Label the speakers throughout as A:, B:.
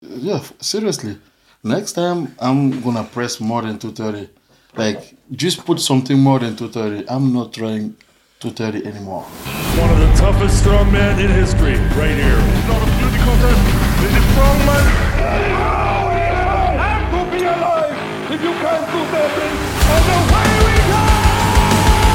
A: yeah, f- seriously. Next time I'm gonna press more than 230. Like just put something more than 230. I'm not trying 230 anymore.
B: One of the toughest strongmen in history, right here.
C: not a beauty contest. This is strong man. Have to be alive if you can't do that thing. And away we go!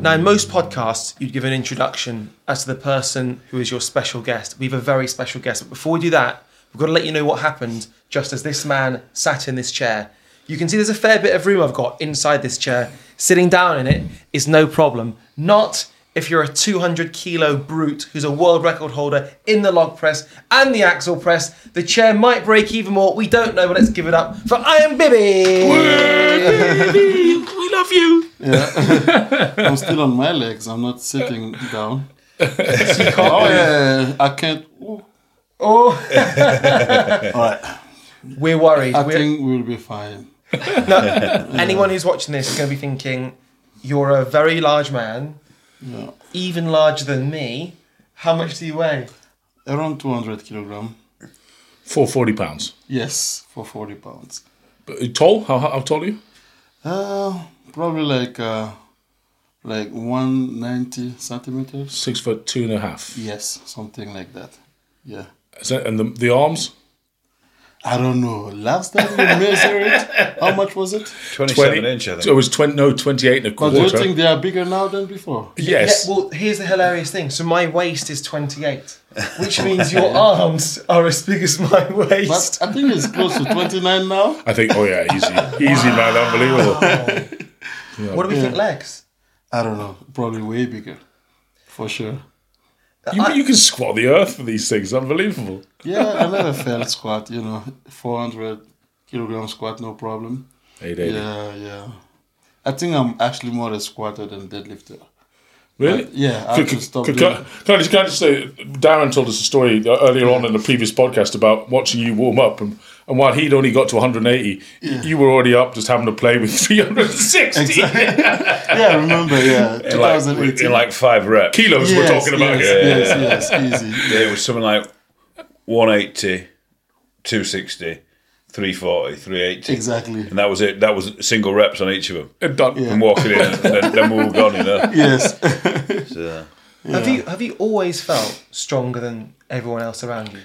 D: Now, in most podcasts, you'd give an introduction as to the person who is your special guest. We have a very special guest, but before we do that, we've got to let you know what happened just as this man sat in this chair. You can see there's a fair bit of room I've got inside this chair. Sitting down in it is no problem. Not if you're a 200 kilo brute who's a world record holder in the log press and the axle press. The chair might break even more. We don't know, but let's give it up for I am Bibby.
E: we love you.
A: I'm still on my legs. I'm not sitting down. oh yeah, I can't. ooh.
D: Oh,
A: All right,
D: we're worried.
A: I
D: We're-
A: think we'll be fine.
D: Anyone who's watching this is going to be thinking, you're a very large man, even larger than me. How much do you weigh?
A: Around 200 kilogram.
E: Four forty pounds.
A: Yes, for 40 pounds.
E: But Tall? How, how how tall are you?
A: Uh, probably like uh, like 190 centimeters.
E: Six foot two and a half.
A: Yes, something like that. Yeah.
E: Is that, and the, the arms?
A: I don't know. Last time we measured it, how much was it?
F: 27 inch, I think.
E: So it was twenty. No, twenty-eight and a
A: But do
E: quarter.
A: you think they are bigger now than before?
E: yes.
D: Yeah, well, here's the hilarious thing. So my waist is 28, which means your arms are as big as my
A: But
D: waist.
A: I think it's close to 29 now.
E: I think. Oh yeah, easy, easy man, unbelievable.
D: what do we think legs?
A: I don't know. Probably way bigger. For sure.
E: You, you can squat the earth for these things. Unbelievable.
A: Yeah, I never failed squat, you know. 400 kilogram squat, no problem.
E: Hey, David.
A: Yeah, yeah. I think I'm actually more a squatter than deadlifter.
E: Really?
A: Yeah, I
E: Could-
A: have to stop
E: could-
A: doing
E: Can can I just- can I just say, Darren told us a story uh, earlier on in the previous podcast about watching you warm up, and, and while he'd only got to 180, you were already up just having to play with 360
A: Yeah, I remember, yeah.
F: In like,
A: 2018.
F: in like five reps.
E: kilos. we're
A: Yes,
E: talking about
A: yes,
E: here.
A: Yes, yes, easy.
F: It was something like 180, 260, 340, 380.
A: Exactly.
F: And that was it. That was single reps on each of them.
E: And done.
F: And walking in, and then, then we were gone, you know.
A: Yes.
F: So, uh,
D: Have you have you always felt stronger than everyone else around you?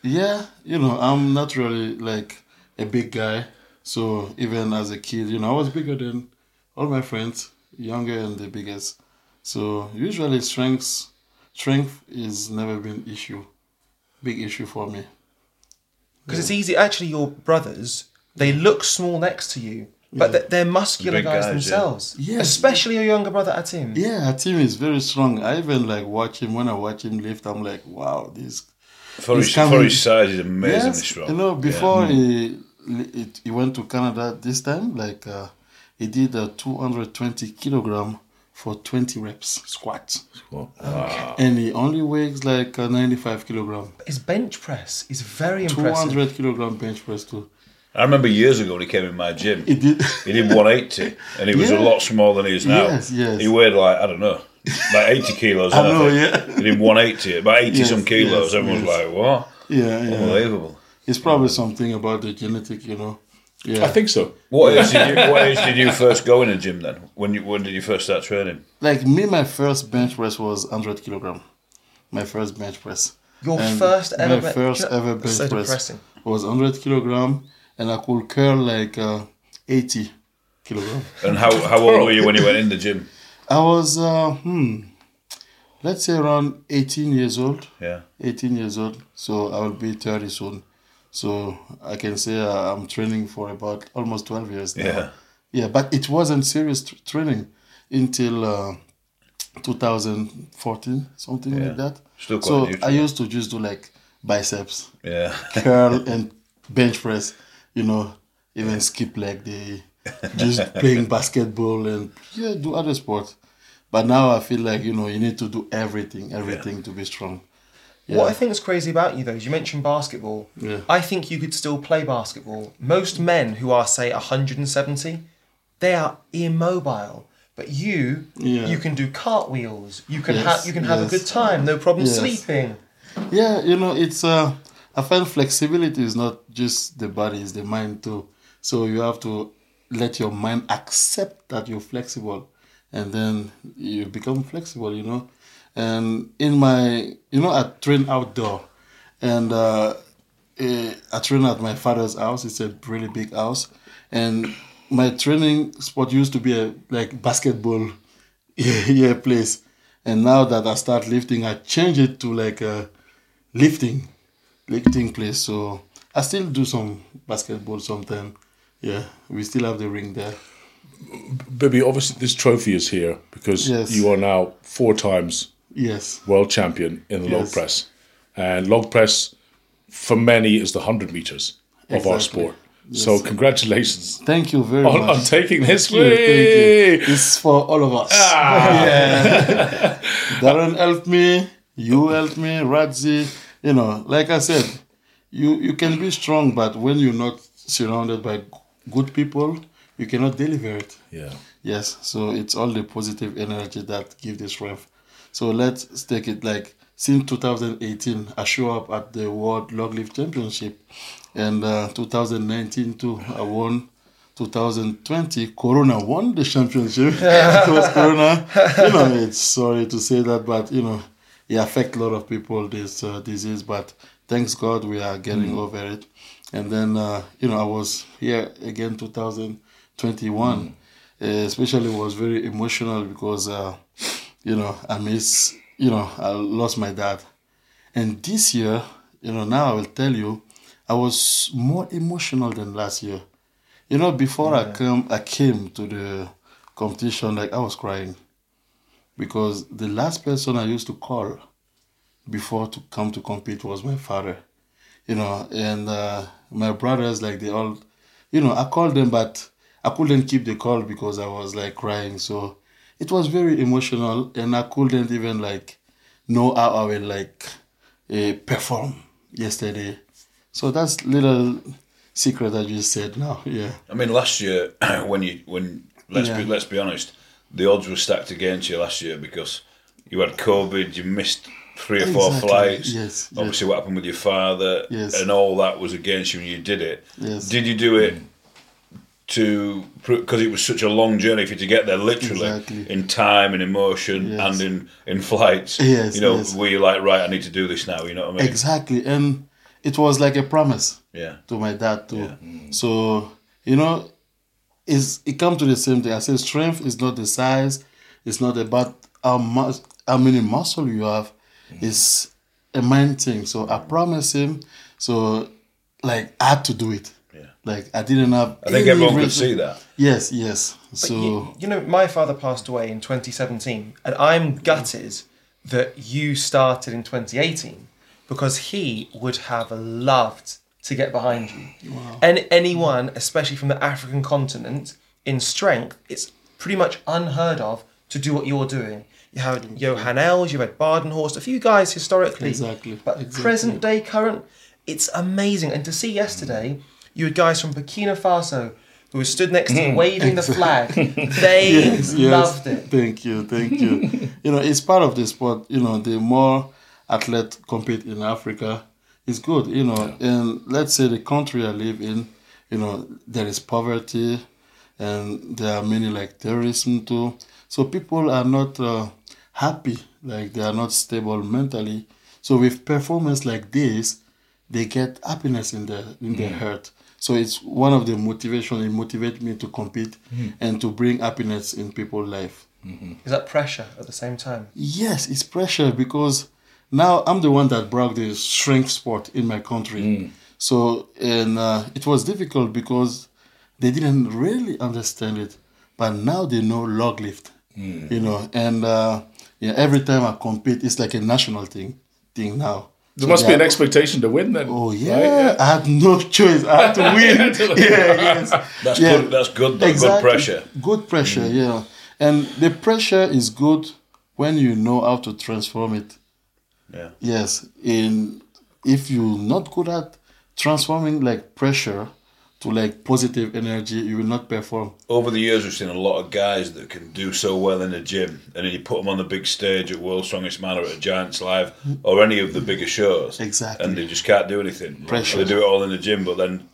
A: Yeah, you know, I'm not really like a big guy. So even as a kid, you know, I was bigger than all my friends, younger and the biggest. So usually strength strength is never been issue. Big issue for me.
D: Because it's easy. Actually, your brothers they look small next to you, but they're, they're muscular
F: Big
D: guys,
F: guys, yeah.
D: themselves.
A: Yes.
D: Especially your younger brother Atim.
A: Yeah, our team is very strong. I even like watch him when I watch him lift, I'm like, wow, this
F: for,
A: He's
F: his,
A: coming.
F: for his size, he's amazingly
A: Yes,
F: strong.
A: You know, before he, he he went to Canada this time, like uh, he did a 220 kilogram for 20 reps squat, and he only weighs like uh, 95 kilogram.
D: His bench press is very impressive.
A: 200 kilogram bench press too.
F: I remember years ago when he came in my gym,
A: He did.
F: he did 180, and he was
A: Yeah.
F: a lot smaller than he is now.
A: Yes, yes.
F: He weighed like, I don't know, like 80 kilos.
A: I know,
F: think.
A: yeah.
F: He did 180, about 80
A: Yes,
F: some kilos.
A: yes,
F: Everyone's
A: yes.
F: like, what?
A: Yeah, Oh, yeah.
F: Unbelievable.
A: It's probably something about the genetic, you know. Yeah.
E: I think so.
F: What age, did you, what age did you first go in a gym then? When you when did you first start training?
A: like me, my first bench press was 100 kilogram. My first bench press.
D: Your
A: And
D: first ever
A: my
D: ben-
A: first
D: That's
A: ever bench
D: so
A: press
D: depressing.
A: was 100 kilogram and i could curl like uh, 80 kilogram
F: And how, how old were you when you went in the gym?
A: i was uh, hmm let's say around 18 years old
F: Yeah.
A: 18 years old so i will be 30 soon so i can say uh, i'm training for about almost 12 years now
F: Yeah.
A: yeah but it wasn't serious tr- training until uh, 2014 something like that
F: Still quite
A: so
F: new to
A: i
F: me.
A: used to just do like biceps
F: Yeah.
A: curl and bench press, you know, even skip leg day, just playing basketball and yeah, do other sports. But now I feel like you know you need to do everything, everything to be strong.
D: What I think is crazy about you, though, is you mentioned basketball.
A: Yeah.
D: I think you could still play basketball. Most men who are, say, 170, they are immobile. But you,
A: Yeah.
D: you can do cartwheels. You can
A: Yes,
D: ha- you can have
A: yes.
D: a good time. No problem
A: Yes.
D: sleeping.
A: Yeah, you know, it's uh, I find flexibility is not just the body, it's the mind too. So you have to let your mind accept that you're flexible, and then you become flexible. You know, and in my, you know, I train outdoor, and uh, eh, I train at my father's house. It's a really big house, and my training spot used to be a like basketball yeah, yeah place. And now that I start lifting, I change it to like a lifting, lifting place. So I still do some basketball sometime. Yeah, we still have the ring there.
E: Bibby, obviously this trophy is here because
A: Yes.
E: you are now four times
A: Yes,
E: world champion in the log
A: Yes.
E: press. And log press, for many, is the 100 meters of our
A: Exactly.
E: sport. So congratulations
A: thank you very
E: on,
A: much.
E: on taking this.
A: Oh, Thank you, Ah. thank
E: Yay!
A: you. It's for all of us. Yeah. Darren helped me. You helped me. Radzi. You know, like I said, you you can be strong, but when you're not surrounded by good people, you cannot deliver it.
E: Yeah.
A: Yes, so it's all the positive energy that give the strength. So let's take it like since 2018, I show up at the World Log Lift Championship, and uh, 2019 too, I won. 2020, Corona won the championship because Corona, you know, it's sorry to say that, but you know, it affect a lot of people this uh, disease. But thanks God, we are getting over it. And then, uh, you know, I was here again 2021 uh, especially was very emotional because uh, you know I miss you know I lost my dad, and this year you know now I will tell you I was more emotional than last year. You know before I came I came to the competition like I was crying because the last person I used to call before to come to compete was my father, you know, and uh, my brothers like they all, you know, I called them but I couldn't keep the call because I was like crying, so it was very emotional and I couldn't even like know how I will like uh, perform yesterday. So that's little secret that you said now, yeah.
F: I mean, last year when you when let's be
A: Yeah.
F: let's be honest, the odds were stacked against you last year because you had COVID, you missed three or four
A: Exactly,
F: flights.
A: yes, yes.
F: Obviously, what happened with your father
A: Yes.
F: and all that was against you, and you did it.
A: Yes.
F: Did you do it to because it was such a long journey for you to get there, literally
A: Exactly.
F: in time and emotion
A: Yes.
F: and in in flights?
A: Yes,
F: You know,
A: yes.
F: were you like right? I need to do this now. You know what I mean?
A: Exactly, and it was like a promise.
F: Yeah.
A: to my dad too.
F: Mm.
A: So you know, is it comes to the same thing. I say strength is not the size, it's not about how much how many muscle you have.
F: Mm.
A: It's a mind thing. So I promised him. So like I had to do it. Yeah. Like I didn't have.
F: I think everyone could see that.
A: Yes, yes.
D: But
A: So
D: you, you know, my father passed away in 2017, and I'm gutted that you started in 2018 because he would have loved to get behind you. And anyone, especially from the African continent, in strength, it's pretty much unheard of to do what you're doing. You had Johan Els, you had Badenhorst, a few guys historically.
A: Exactly,
D: But
A: exactly.
D: present day, current, it's amazing. And to see yesterday, you had guys from Burkina Faso who were stood next to you waving the flag. They
A: Mm. yes, yes.
D: loved it.
A: Thank you, thank you. you know, it's part of the sport. You know, the more athletes compete in Africa, it's good. You know, and let's say the country I live in, you know, there is poverty, and there are many like terrorism too. So people are not uh, happy. Like they are not stable mentally. So with performance like this, they get happiness in their in their heart. So it's one of the motivation. It motivates me to compete and to bring happiness in people's life.
D: Is that pressure at the same time?
A: Yes, it's pressure because now I'm the one that broke the strength sport in my country.
E: Mm.
A: So and uh, it was difficult because they didn't really understand it, but now they know log lift.
E: Mm.
A: You know, and uh, yeah, every time I compete, it's like a national thing thing now.
E: There must be an
A: next.
E: expectation to win then.
A: Oh yeah,
E: Right?
A: I had no choice. I had to win. yeah, yes.
F: That's
A: Yeah.
F: good. That's good. though, Good pressure.
A: Good pressure, yeah. And the pressure is good when you know how to transform it.
F: Yeah.
A: Yes. In if you're not good at transforming like pressure to like positive energy, you will not perform.
F: Over the years, we've seen a lot of guys that can do so well in the gym, and then you put them on the big stage at World's Strongest Man or at Giants Live or any of the bigger shows,
A: Exactly.
F: and they just can't do anything.
A: Pressure.
F: They do it all in the gym, but then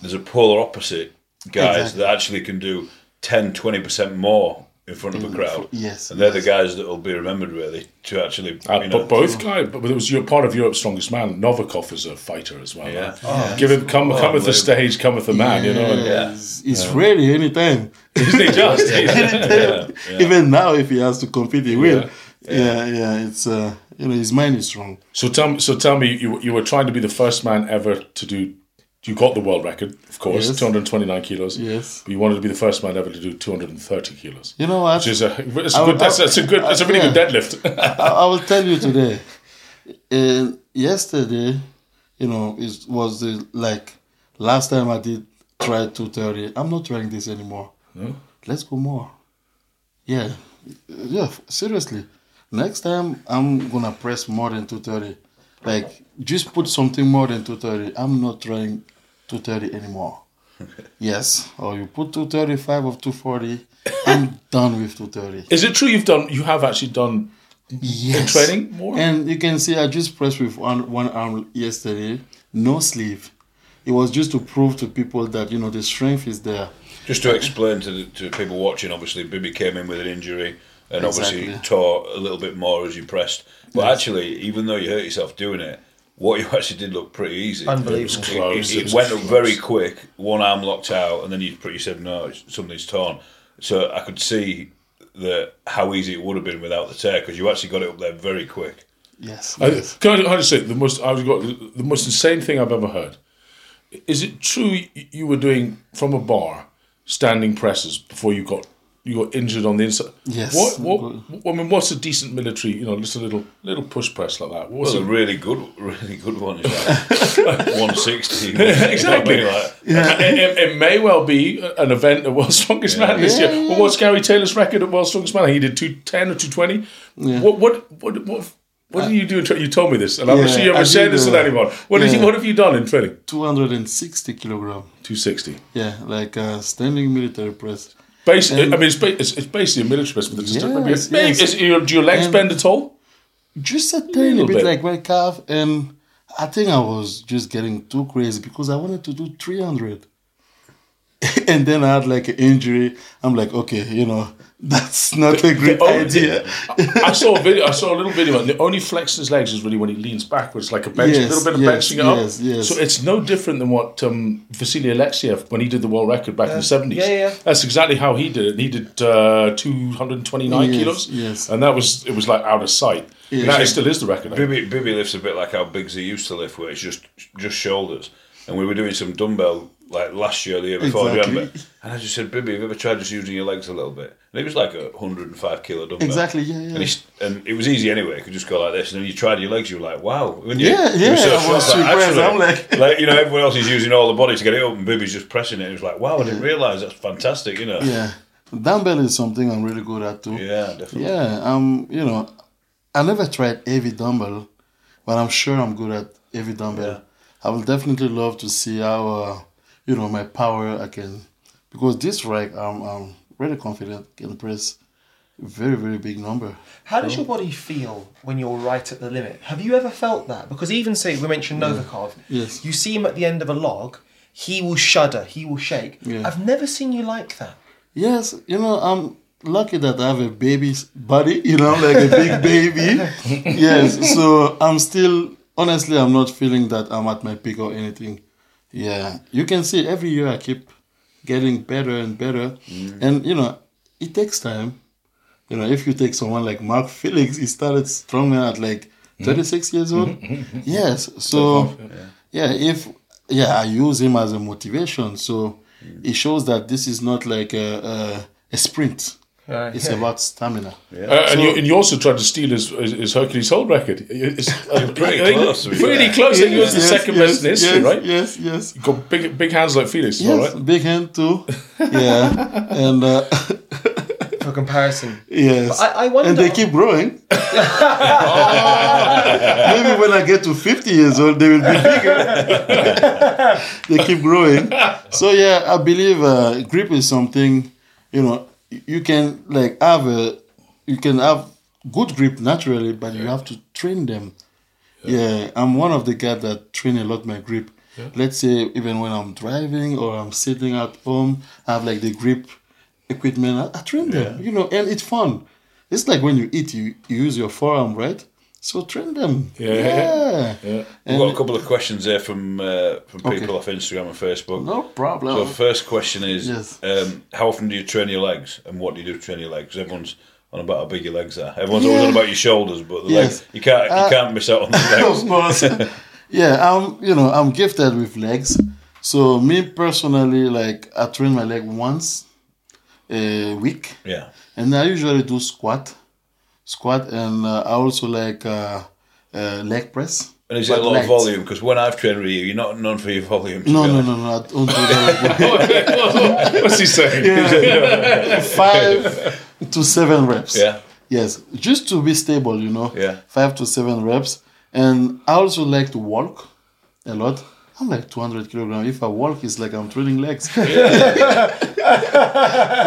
F: there's a polar opposite guys
A: Exactly.
F: that actually can do 10 20 percent more in front of a crowd.
A: yes,
F: and they're
A: yes.
F: the guys that will be remembered really to actually.
E: Uh,
F: you know,
E: but both guys, but it was your part of Europe's strongest man. Novikov is a fighter as well.
F: Yeah. Oh,
E: eh?
A: Oh,
E: Give him come cometh the stage, cometh the man. You know, and
A: Yes, He's ready anytime.
E: they just
A: Anytime. Even now, if he has to compete, he will. Yeah, yeah. it's uh, you know his mind is strong.
E: So tell me, so tell me, you you were trying to be the first man ever to do. You got the world record, of course,
A: Yes.
E: two hundred twenty nine kilos.
A: Yes.
E: but you wanted to be the first man ever to do two hundred and thirty kilos.
A: You know what?
E: Which is a, it's a
A: I
E: good,
A: would-
E: that's,
A: I-
E: that's a good, that's a really good deadlift.
A: I, I will tell you today. Uh, yesterday, you know, it was the like last time I did try 230. I'm not trying this anymore. Let's go more. Yeah, yeah. f- Seriously, next time I'm gonna press more than 230. Like, just put something more than 230. I'm not trying 230 anymore. Yes, or you put 235 or 240. I'm done with 230.
E: is it true you've done? You have actually done.
A: Yes.
E: training more?
A: And you can see I just pressed with one, one arm yesterday, no sleeve. It was just to prove to people that you know the strength is there.
F: Just to explain to, the, to people watching, obviously, Bibby came in with an injury and obviously
A: Exactly.
F: tore a little bit more as you pressed. But actually, even though you hurt yourself doing it, what you actually did looked pretty easy.
D: Unbelievable.
F: It, was
E: close,
F: it-
E: it
F: it
E: was
F: went up
E: close.
F: very quick, one arm locked out, and then you pretty said, no, it's- something's torn. So I could see that how easy it would have been without the tear because you actually got it up there very quick.
A: Yes.
E: I,
A: yes.
E: can I can I just say the most? I've got the most insane thing I've ever heard. Is it true y- you were doing from a bar standing presses before you got you got injured on the inside?
A: Yes.
E: What? What? I mean, what's a decent military? You know, just a little little push press like that. What's
F: It was a
E: a-
F: really good, really good one. It's like 160.
E: Exactly.
F: You know what I mean? Like-
E: It, it- it may well be an event at World's Strongest Man this year. Well, what's Gary Taylor's record at World's Strongest Man? He did two ten or two twenty. What what what what what did you do? In tra- you told me this, and I'm not
A: Uh, Yeah,
E: sure you
A: I
E: ever shared
A: did,
E: this with
A: uh,
E: anyone. What did you,
A: yeah.
E: what have you done in training?
A: 260 kilogram.
E: Two sixty.
A: Yeah, like uh, standing military press.
E: Basically,
A: Um,
E: I mean, it's, ba- it's, it's basically a military press, but it's just
A: Yes,
E: maybe, it's-
A: yes.
E: is- your- do your legs
A: And-
E: bend at all?
A: Just a tiny
E: Little
A: bit,
E: bit.
A: like my calf, and I think I was just getting too crazy because I wanted to do 300. and then I had like an injury. I'm like, okay, you know, that's not a great
E: oh,
A: idea.
E: I saw a video. I saw a little video, and the only flexing his legs is really when he leans backwards, like a bench,
A: Yes,
E: a little bit of
A: yes,
E: benching it up.
A: yes, yes.
E: So it's no different than what um, Vasily Alexiev when he did the world record back in
A: Uh,
E: the seventies.
D: yeah, yeah.
E: That's exactly how he did it. He did uh, two hundred twenty nine
A: Yes,
E: kilos.
A: yes.
E: and that was it was like out of sight. That is- still is the record. I think.
F: Bibby, Bibby lifts a bit like how Bigsy used to lift, where it's just just shoulders. And we were doing some dumbbell like last year, the year before,
A: Exactly.
F: do you remember? And I just said, Bibby, have you ever tried just using your legs a little bit? And it was like a 105 kilo dumbbell.
A: Exactly, yeah, yeah.
F: And, he, and it was easy anyway. You could just go like this. And then you tried your legs, you were like, wow. weren't you?
A: Yeah,
F: You were
A: yeah, I was
F: shocked,
A: surprised.
F: actually,
A: I'm like-
F: you know, everyone else is using all the body to get it up, and Bibby's just pressing it. It was like, wow, I didn't realise that's fantastic, you know?
A: Yeah, dumbbell is something I'm really good at too.
F: Yeah, definitely.
A: Yeah, um, you know, I never tried heavy dumbbell, but I'm sure I'm good at heavy dumbbell. I will definitely love to see how, uh, you know, my power I can, because this rack I'm, I'm really confident can press very very big number.
D: How does your body feel when you're right at the limit? Have you ever felt that? Because even say we mentioned Novikov,
A: Mm. Yes.
D: you see him at the end of a log, he will shudder, he will shake.
A: Yeah.
D: I've never seen you like that.
A: Yes, you know, I'm lucky that I have a baby's body, you know, like a big baby. yes, so I'm still, honestly, I'm not feeling that I'm at my peak or anything. Yeah, you can see every year I keep getting better and better. And, you know, it takes time. You know, if you take someone like Mark Felix, he started strongman at like
E: Hmm?
A: 36 years old. Yes, so yeah, if yeah, I use him as a motivation. So it shows that this is not like a, a, a sprint. It's about stamina.
E: Uh, and, you, and you also tried to steal his, his, his Hercules Hold record. It's,
F: pretty
E: I think-
F: close, to be
E: Pretty
F: fair.
E: close. I think it was the second best in history,
A: yes,
E: right?
A: Yes, yes.
E: Got big, big hands like Felix, all
A: Yes,
E: right?
A: big hand too. Yeah, and uh,
D: For comparison.
A: Yes.
D: I- I wonder-
A: And they keep growing. Maybe when I get to 50 years old, they will be bigger. they keep growing. So, yeah, I believe uh, grip is something, you know, you can like have a, you can have good grip naturally, but you have to train them. Yeah. I'm one of the guys that train a lot my grip. Let's say even when I'm driving or I'm sitting at home, I have like the grip equipment. I, I train them, you know, and it's fun. It's like when you eat, you, you use your forearm, right? So train them.
E: Yeah.
A: Yeah.
F: We've got a couple of questions there from uh, from people
A: Okay.
F: off Instagram and Facebook.
A: No
F: So
A: problem.
F: first question is,
A: Oh. Yes.
F: um, how often do you train your legs, and what do you do to train your legs? Everyone's on about how big your legs are. Everyone's always
A: Yeah.
F: on about your shoulders, but the
A: Yes.
F: legs you can't you
A: Uh,
F: can't miss out on the legs.
A: of course. yeah, I'm you know, I'm gifted with legs. So me personally, like I train my leg once a week.
F: yeah,
A: and I usually do squat, squat, and uh, I also like uh, uh, leg press.
F: and is it a
A: But
F: lot
A: light.
F: of volume? Because when I've trained with you, you're not known for your volume. to
A: No,
F: be
A: no, no,
F: honest.
A: no. I don't do that.
E: What's he saying?
A: Five to seven reps.
F: Yeah,
A: Yes, just to be stable, you know.
F: Yeah.
A: Five to seven reps, and I also like to walk a lot. I'm like 200 kilograms. If I walk, it's like I'm training legs. I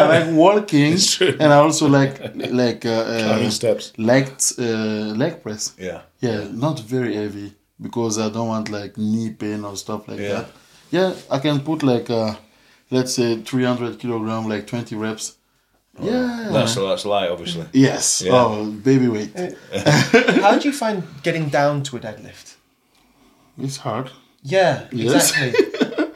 A: like walking, and I also like like uh, uh,
E: Climbing steps.
A: leg uh, leg press.
F: yeah.
A: Yeah, not very heavy because I don't want like knee pain or stuff like
F: Yeah.
A: that. Yeah, I can put like uh, let's say 300 kilogram, like 20 reps. yeah.
F: Oh, That's that's light, obviously.
A: yes.
F: Yeah.
A: Oh, baby weight.
D: How do you find getting down to a deadlift?
A: It's hard.
D: Yeah,
A: Yes.
D: exactly.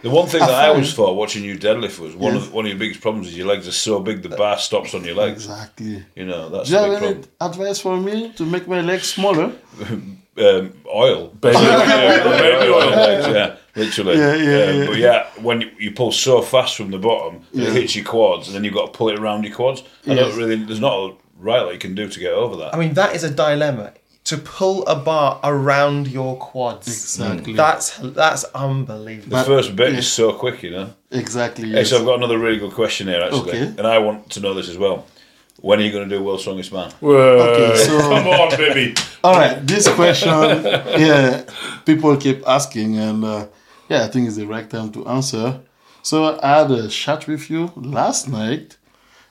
F: The one thing that I always thought watching you deadlift was one
A: Yes.
F: of one of your biggest problems is your legs are so big the bar stops on your legs.
A: Exactly.
F: You know that's
A: Do you
F: the big
A: have any
F: problem.
A: advice for me to make my legs smaller?
F: um, oil, baby,
E: Baby
F: oil,
E: oil.
F: legs, yeah, literally.
A: Yeah, yeah,
F: Um,
A: yeah.
F: But yeah, when you, you pull so fast from the bottom,
A: Yeah.
F: it hits your quads, and then you've got to pull it around your quads. I
A: Yes.
F: don't really. There's not a right that you can do to get over that.
D: I mean, that is a dilemma. To pull a bar around your quads.
A: Exactly.
D: That's that's unbelievable.
F: the first bit
A: yeah.
F: is so quick, you know.
A: Exactly.
F: Hey,
A: Yes.
F: so I've got another really good question here, actually,
A: Okay.
F: and I want to know this as well. When are you going to do World's Strongest Man?
E: Okay,
A: so-
E: Come on, baby.
A: All right. This question, yeah, people keep asking, and uh, yeah, I think it's the right time to answer. So I had a chat with you last night,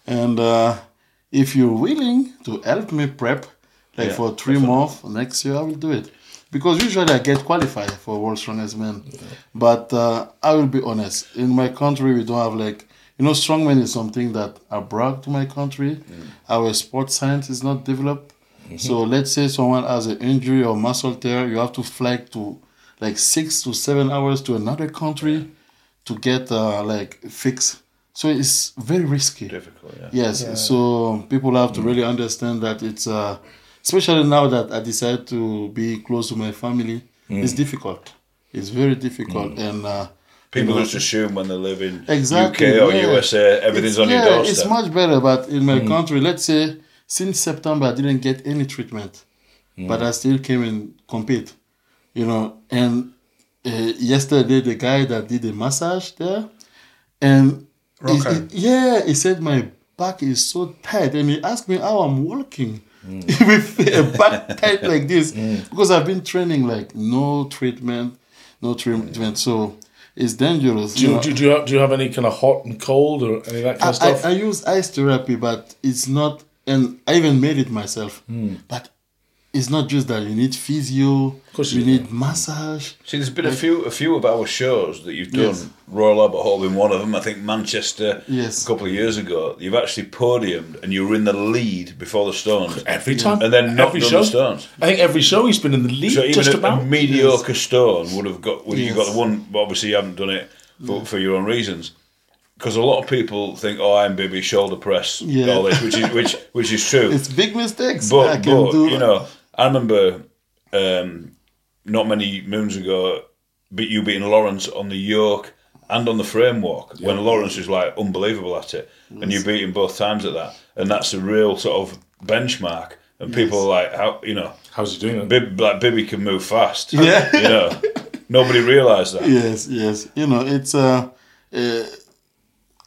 A: and uh, if you're willing to help me prep, like
F: Yeah,
A: for three months next year, I will do it. Because usually I get qualified for World Strongest Man, but uh, I will be honest. In my country, we don't have like you know, strongman is something that I brought to my country. Our sports science is not developed. So let's say someone has an injury or muscle tear, you have to fly to like six to seven hours to another country to get uh, like fixed. So it's very risky.
F: Difficult, yeah.
A: Yes, so people have to really understand that it's, uh, especially now that I decided to be close to my family, it's difficult. It's very difficult, and uh,
F: People
A: you know,
F: just assume when they live in
A: exactly
F: UK or
A: yeah.
F: USA, everything's
A: It's-
F: on
A: yeah,
F: your doorstep. Hmm.
A: It's much better, but in my country, let's say since September, I didn't get any treatment,
F: Hmm.
A: but I still came and compete. You know, and uh, yesterday the guy that did the massage there, and he-
D: Rocco.
A: he- yeah, he said my back is so tight, and he asked me how I'm walking.
F: Hmm.
A: with a back tight like this because I've been training like no treatment, no treatment, so it's dangerous.
E: Do
A: you
E: you,
A: know.
E: do, you, do, you have, do you have any kind of hot and cold or any of that kind of
A: I,
E: stuff?
A: I, I use ice therapy, but it's not, and I even made it myself.
F: Hmm.
A: But it's not just that you need physio,
E: course
A: you
E: you
A: need massage.
F: See, there's been a few a few of our shows that you've done.
A: Yes.
F: Royal Albert Hall being one of them. I think Manchester
A: Yes.
F: a couple of years ago. You've actually podiumed and you were in the lead before the Stones.
E: every time.
F: And then not
E: every
F: done
E: show.
F: the Stones.
E: I think every show he's been in the lead,
F: So even
E: just
F: a,
E: about.
F: a mediocre Stone would have got would you
A: Yes.
F: got the one. But obviously, you haven't done it for, for your own reasons. Because a lot of people think, "Oh, I'm baby shoulder press."
A: Yeah.
F: All this, which is which which is true.
A: It's big mistakes. I
F: But,
A: can
F: but
A: do
F: you know, I remember um, not many moons ago, but you beating Lawrence on the yoke and on the framework when Lawrence was like unbelievable at it, and you beat him both times at that, and that's a real sort of benchmark. And people are like, how you know,
E: How's he doing that?
F: Bib, like Bibby can move fast.
A: Yeah.
F: you know, nobody realised that.
A: Yes, yes. You know, it's uh, uh,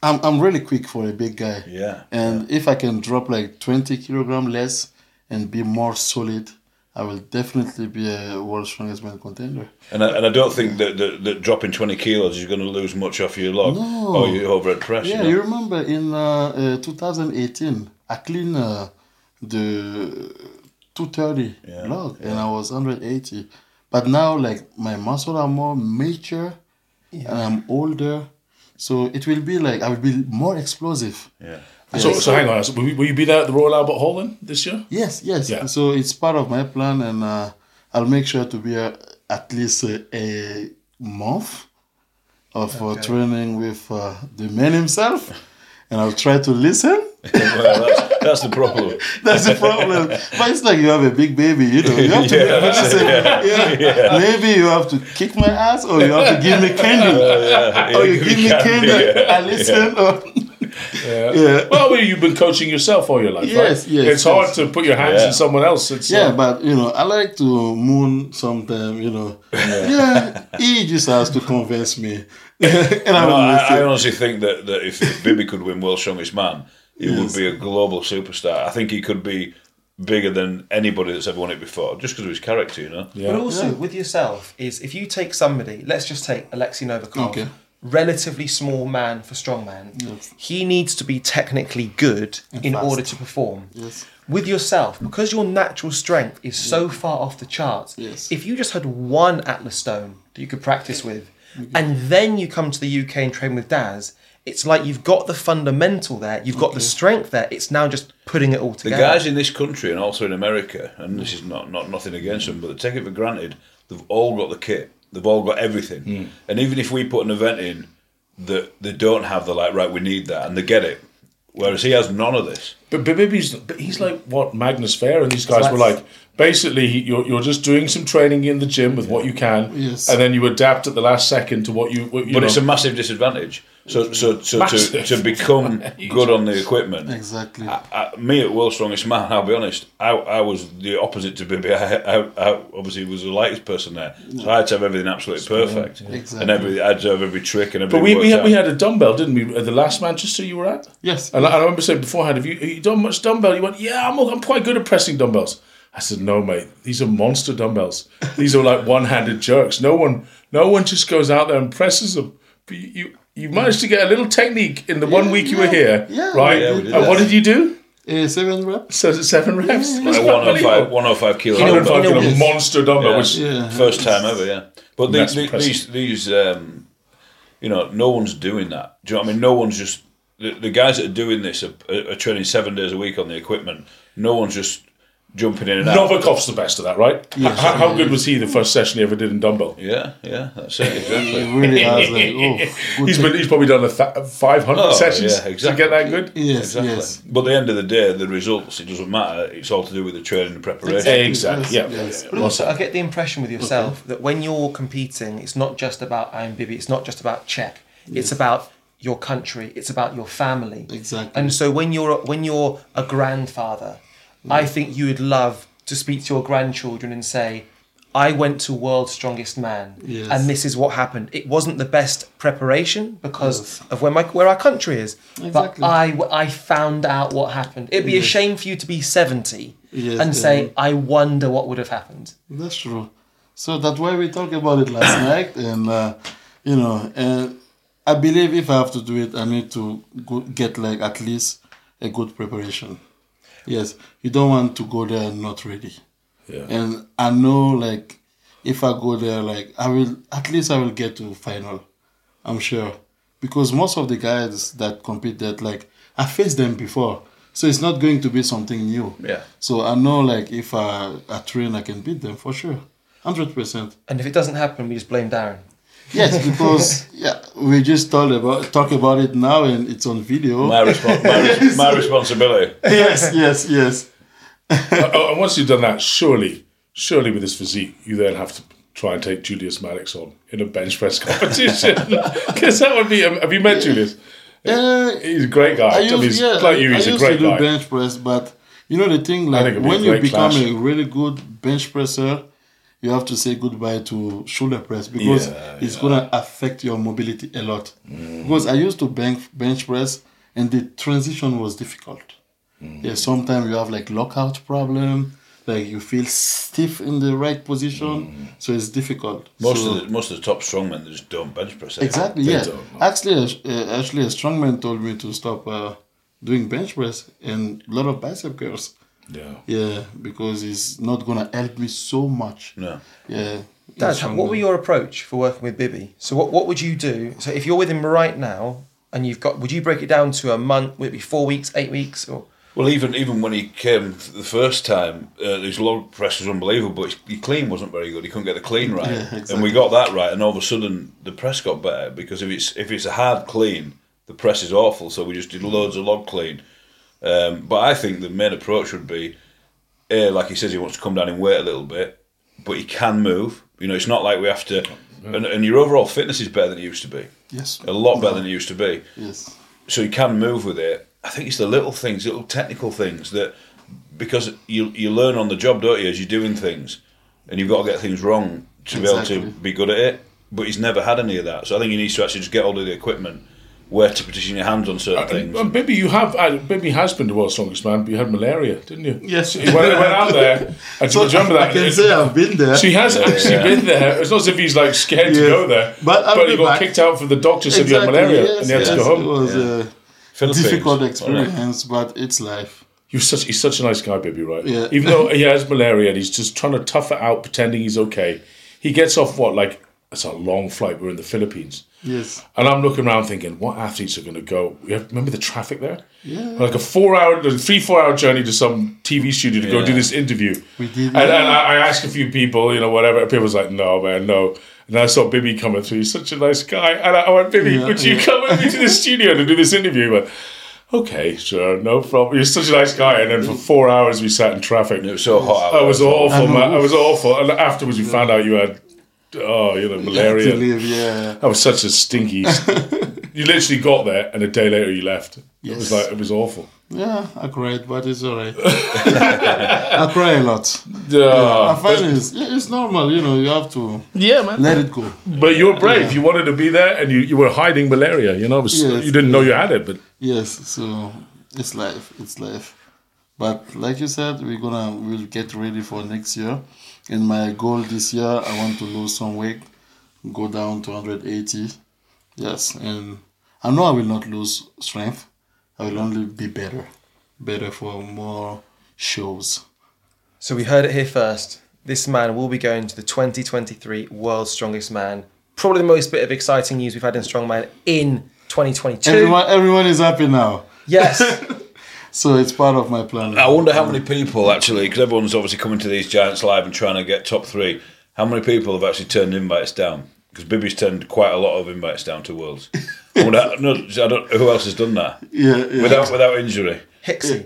A: I'm I'm really quick for a big guy.
F: Yeah,
A: And if I can drop like 20 kilogram less and be more solid, I will definitely be a world strongest man contender.
F: And I, and I don't think that, that, that dropping 20 kilos is going to lose much off your log or your overhead press.
A: Yeah,
F: you
A: you
F: know?
A: remember in uh, uh, 2018, I cleaned uh, the 230 log and I was 180. But now, like, my muscles are more mature and I'm older. So it will be like, I will be more explosive.
F: yeah.
E: So, so hang on. So will, you, will you be there at the Royal Albert Hall then this year?
A: Yes, yes.
E: Yeah.
A: So it's part of my plan, and uh, I'll make sure to be uh, at least uh, a month of uh, training with uh, the man himself, and I'll try to listen.
F: well, that's, that's the problem.
A: That's the problem. But it's like you have a big baby, you know. You have to
F: Yeah,
A: what you say, yeah. Maybe you have to kick my ass, or you have to give me candy,
F: Uh, Yeah,
A: or
F: yeah,
A: you give Oh, me candy. I listen. Or
E: Yeah.
A: Yeah.
E: Well, well, you've been coaching yourself all your life,
A: Yes,
E: right?
A: yes,
E: It's hard
A: yes.
E: to put your hands
F: Yeah.
E: in someone else. It's
A: Yeah,
E: like-
A: but you know, I like to moon sometime. You know, yeah, he just has to convince me, and I
F: No,
A: will
F: I, I
A: listen.
F: honestly think that, that if, if Bibby could win World Strongest Man, he would be a global superstar. I think he could be bigger than anybody that's ever won it before, just because of his character, you know?
E: Yeah.
D: But also with yourself is if you take somebody, let's just take Alexei Novikov,
A: Okay.
D: relatively small man for strongman. He needs to be technically good in
A: fast.
D: order to perform.
A: Yes.
D: With yourself, because your natural strength is so far off the charts,
A: Yes.
D: if you just had one Atlas stone that you could practice with, and then you come to the UK and train with Daz, it's like you've got the fundamental there, you've got the strength there, it's now just putting it all
F: The
D: together.
F: guys in this country and also in America, and this is not, not nothing against them, but they take it for granted. They've all got the kit. They've all got everything.
E: Hmm.
F: And even if we put an event in that they don't have, they're like, right, we need that, and they get it. Whereas he has none of this.
E: But, but maybe he's, but he's like what Magnus Fair and these guys were
D: that's-
E: like. Basically, he- you're, you're just doing some training in the gym with what you can,
A: Yes.
E: and then you adapt at the last second to what you. What, you
F: But
E: know.
F: it's a massive disadvantage. So, so, so to,
E: Massive
F: to become good on the equipment.
A: Exactly.
F: I, I, me at World's Strongest Man, I'll be honest, I, I was the opposite to Bibby. I, I, I obviously was the lightest person there. So I had to have everything absolutely perfect.
A: Exactly.
F: And every, I had to have every trick and everything.
E: But we, we,
F: worked
E: had, we
F: out.
E: had a dumbbell, didn't we, at the last Manchester you were at?
A: Yes.
E: And I, I remember saying beforehand, have you, have you done much dumbbell? You went, yeah, I'm, I'm quite good at pressing dumbbells. I said, no, mate, these are monster dumbbells. These are like one-handed jerks. No one, no one just goes out there and presses them. But you, you, you managed to get a little technique in the one week you were
A: yeah,
E: here,
A: yeah.
E: right?
A: Yeah,
F: we did
E: and what
F: that.
E: did you do?
A: Uh, seven reps.
E: So is it seven reps? That's
F: Like 105,
E: unbelievable.
F: 105 kilo.
D: know-
E: 105
D: you know-
E: kilo monster dumbbell,
F: Yeah.
E: which
A: Yeah.
F: First time ever, yeah. But
E: That's
F: these, the-
E: impressive.
F: these, these, um, you know, no one's doing that. Do you know what I mean? No one's just the, the guys that are doing this are, are training seven days a week on the equipment. No one's just jumping in and out.
E: Novikov's the best of that, right? how, how good was he the first session he ever did in dumbbell?
F: Yeah, yeah, that's it. Exactly.
A: It really has like oh, good
E: He's been, he's probably done a th- 500
F: Oh,
E: sessions
F: yeah, exactly.
E: to get that good.
A: yes,
F: Exactly.
A: yes.
F: But at the end of the day, the results, it doesn't matter. It's all to do with the training and preparation.
E: Exactly. Yeah.
A: Yes.
E: Well
D: So I
E: said.
D: get the impression with yourself that when you're competing, it's not just about I'm Bibi, it's not just about Czech, it's about your country, it's about your family.
A: Exactly.
D: And so when you're when you're a grandfather,
A: Mm.
D: I think you would love to speak to your grandchildren and say, I went to World's Strongest Man,
A: Yes.
D: and this is what happened. It wasn't the best preparation because of where my where our country is,
A: Exactly.
D: but I I found out what happened. It'd be a shame for you to be seventy
A: Yes,
D: and say, I wonder what would have happened.
A: That's true. So that's why we talked about it last night, and uh, you know, and I believe if I have to do it, I need to go get like at least a good preparation. Yes, you don't want to go there not ready.
E: Yeah.
A: And I know, like, if I go there, like, I will at least I will get to final. I'm sure because most of the guys that compete that like I faced them before, so it's not going to be something new.
F: Yeah.
A: So I know like if I, I train, I can beat them for sure, hundred percent.
D: And if it doesn't happen, we just blame Darren.
A: Yes, because yeah, we just talked about talk about it now and it's on video.
F: My, respons- my, res- my responsibility.
A: yes, yes, yes.
E: Oh, and once you've done that, surely, surely with this physique, you then have to try and take Julius Maddox on in a bench press competition. Because that would be. um, Have you met Julius?
A: Uh,
E: He's a great guy.
A: I
E: I mean,
A: used,
E: he's
A: yeah,
E: like you,
A: I
E: he's a
A: used
E: great
A: to do
E: guy.
A: bench press, but you know the thing, like
E: think it'd be a
A: when you
E: great
A: become
E: clash.
A: a really good bench presser, you have to say goodbye to shoulder press because
F: Yeah,
A: it's gonna affect your mobility a lot. Because I used to bench bench press and the transition was difficult.
E: Mm.
A: Yeah, sometimes you have like lockout problem, like you feel stiff in the right position,
E: Mm.
A: so it's difficult.
F: Most
A: So-
F: of the most of the top strongmen they just don't bench press.
A: Exactly. Yeah. Actually, a, sh- uh, actually, a strongman told me to stop uh, doing bench press and a lot of bicep curls.
E: Yeah.
A: Yeah, because it's not gonna help me so much.
F: No.
A: Yeah.
D: Dad,
A: Strongman.
D: what were your approach for working with Bibby? So what, what would you do? So if you're with him right now and you've got, would you break it down to a month? Would it be four weeks, eight weeks, or
F: Well, even even when he came f- the first time, uh, his load press was unbelievable, but his, his clean wasn't very good. He couldn't get the clean right,
A: Yeah, exactly.
F: and we got that right, and all of a sudden the press got better because if it's if it's a hard clean, the press is awful. So we just
A: Mm.
F: did loads of log clean. Um, but I think the main approach would be, eh, like he says, he wants to come down in weight a little bit, but he can move. You know, it's not like we have to. And, and your overall fitness is better than it used to be.
A: Yes.
F: A lot better than it used to be
A: Yes.
F: so you can move with it. I think it's the little things, little technical things that because you you learn on the job, don't you, as you're doing things, and you've got to get things wrong to be able
A: Exactly.
F: to be good at it. But he's never had any of that, so I think he needs to actually just get hold of the equipment, where to position your hands on certain things.
E: Well, Bibby, you have uh, Bibby has been the world's strongest man, but you had malaria, didn't you?
A: Yes.
E: So he went, he went out there. And so, remember that.
A: I can say I've been there.
E: she has actually been there. It's not as if he's like scared to
A: Yeah.
E: go there,
A: But I'll
E: he
A: be
E: got
A: back.
E: kicked out for the doctor said you had malaria
A: yes,
E: and he had to
A: yes,
E: go
A: It
E: home.
A: was a
F: Philippines.
A: difficult
F: All right.
A: experience, but it's life.
E: You're such, he's such a nice guy, Bibby, right?
A: Yeah.
E: Even though he has malaria and he's just trying to tough it out, pretending he's okay. He gets off what like it's a long flight. We're in the Philippines.
A: Yes.
E: And I'm looking around thinking, what athletes are going to go? You have, remember the traffic there?
A: Yeah.
E: Like a four hour, a three, four hour journey to some TV studio to go
F: Yeah.
E: do this interview. We
A: did
E: And, and I, I asked a few people, you know, whatever. People was like, no, man, no. And I saw Bibby coming through. He's such a nice guy. And I, I went, Bibby,
A: Yeah,
E: would you
A: yeah.
E: come with me to the studio to do this interview? He went, okay, sure, no problem. You're such a nice guy. And then for four hours, we sat in traffic.
F: It was so hot.
E: I
F: Out
E: was
F: there.
E: awful, man. I was awful. And afterwards, we found out you had, oh, you know, malaria.
A: To live, yeah.
E: That was such a stinky. you literally got there, and a day later you left. It
A: Yes.
E: was like it was awful.
A: Yeah, I cried, but it's alright. I cry a lot. I
E: Yeah,
A: find it's, yeah, it's normal, you know, you have to
E: yeah, man.
A: let it go.
E: But you were brave. You wanted to be there, and you, you were hiding malaria. You know, it was,
A: Yes.
E: you didn't know you had it, but
A: Yes, so it's life. It's life. But like you said, we're gonna we'll get ready for next year. And my goal this year, I want to lose some weight, go down to 180. Yes, and I know I will not lose strength. I will only be better, better for more shows.
D: So we heard it here first. This man will be going to the 2023 World's Strongest Man. Probably the most bit of exciting news we've had in Strongman in 2022.
A: Everyone, everyone is happy now.
D: Yes.
A: So it's part of my plan.
F: I wonder how many people actually, because everyone's obviously coming to these giants live and trying to get top three. How many people have actually turned invites down? Because Bibby's turned quite a lot of invites down to Worlds. I wonder, how- no, I don't. Who else has done that?
A: Yeah, yeah.
F: without without injury.
D: Hixie.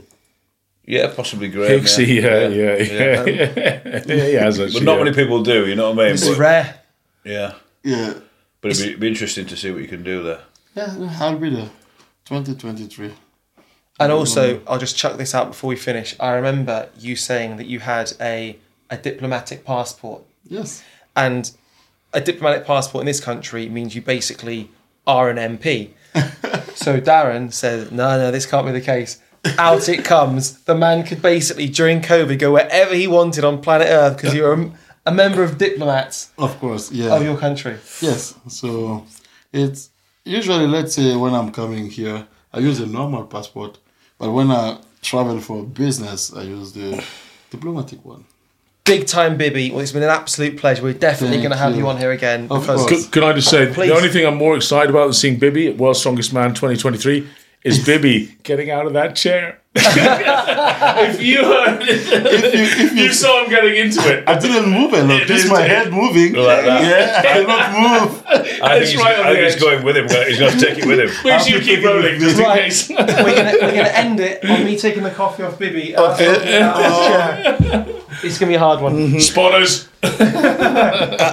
F: Yeah, possibly Graham.
E: Pixie, yeah, yeah, yeah, yeah. he has actually,
F: But not
E: yeah.
F: many people do. You know what I mean?
D: This is
F: But,
D: rare.
F: yeah,
A: yeah,
F: but it'd be, it'd be interesting to see what you can do there.
A: yeah. I'll be there. 2023.
D: And
A: Mm.
D: also, I'll just chuck this out before we finish. I remember you saying that you had a, a diplomatic passport.
A: Yes.
D: And a diplomatic passport in this country means you basically are an MP. so Darren said, no, no, this can't be the case. Out it comes. The man could basically, during COVID, go wherever he wanted on planet Earth because you're a, a member of diplomats
A: Of course. Yeah.
D: of your country.
A: Yes. So it's usually, let's say, when I'm coming here, I use a normal passport, but when I travel for business, I use the diplomatic one.
D: Big time, Bibby. Well, it's been an absolute pleasure. We're definitely
A: Thank
D: going to have
A: you.
D: you on here again.
A: Of
D: because
A: course.
E: Can, can I just say
D: Please.
E: the only thing I'm more excited about than seeing Bibby at World's Strongest Man 2023 is Bibby getting out of that chair. if you heard,
A: you- if
E: you saw him getting into it,
A: I didn't move a lot, just my head moving.
F: Like that.
A: Yeah, I did not move.
F: I
E: It's
F: think, he's,
E: right on
F: I
E: the
F: think he's
E: edge.
F: going with him. He's going to take it with him.
E: Make sure you keep rolling just in
D: Right.
E: case.
D: we're gonna we're gonna end it on me taking the coffee off Bibby. and us talking about this chair. It's gonna be a hard one.
E: Spotters.
A: I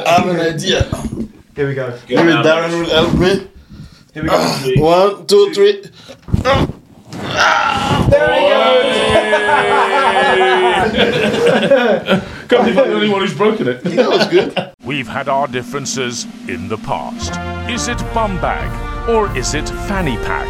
A: have an idea.
D: Here we go.
A: Maybe Darren will help me.
D: Here we go.
A: One, two, three.
D: There we go.
G: Can't believe I'm the only one who's broken it.
H: That was good.
E: We've had our differences in the past. Is it bum bag or is it fanny pack?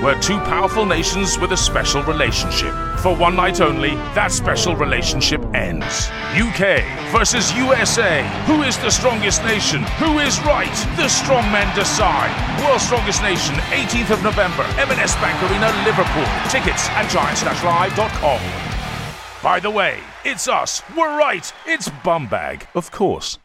E: We're two powerful nations with a special relationship. For one night only, that special relationship ends. UK versus USA. Who is the strongest nation? Who is right? The strong men decide. World's Strongest Nation, 18th of November, M&S Bank Arena, Liverpool. Tickets at giants-live.com. By the way, it's us. We're right. It's bum bag, of course.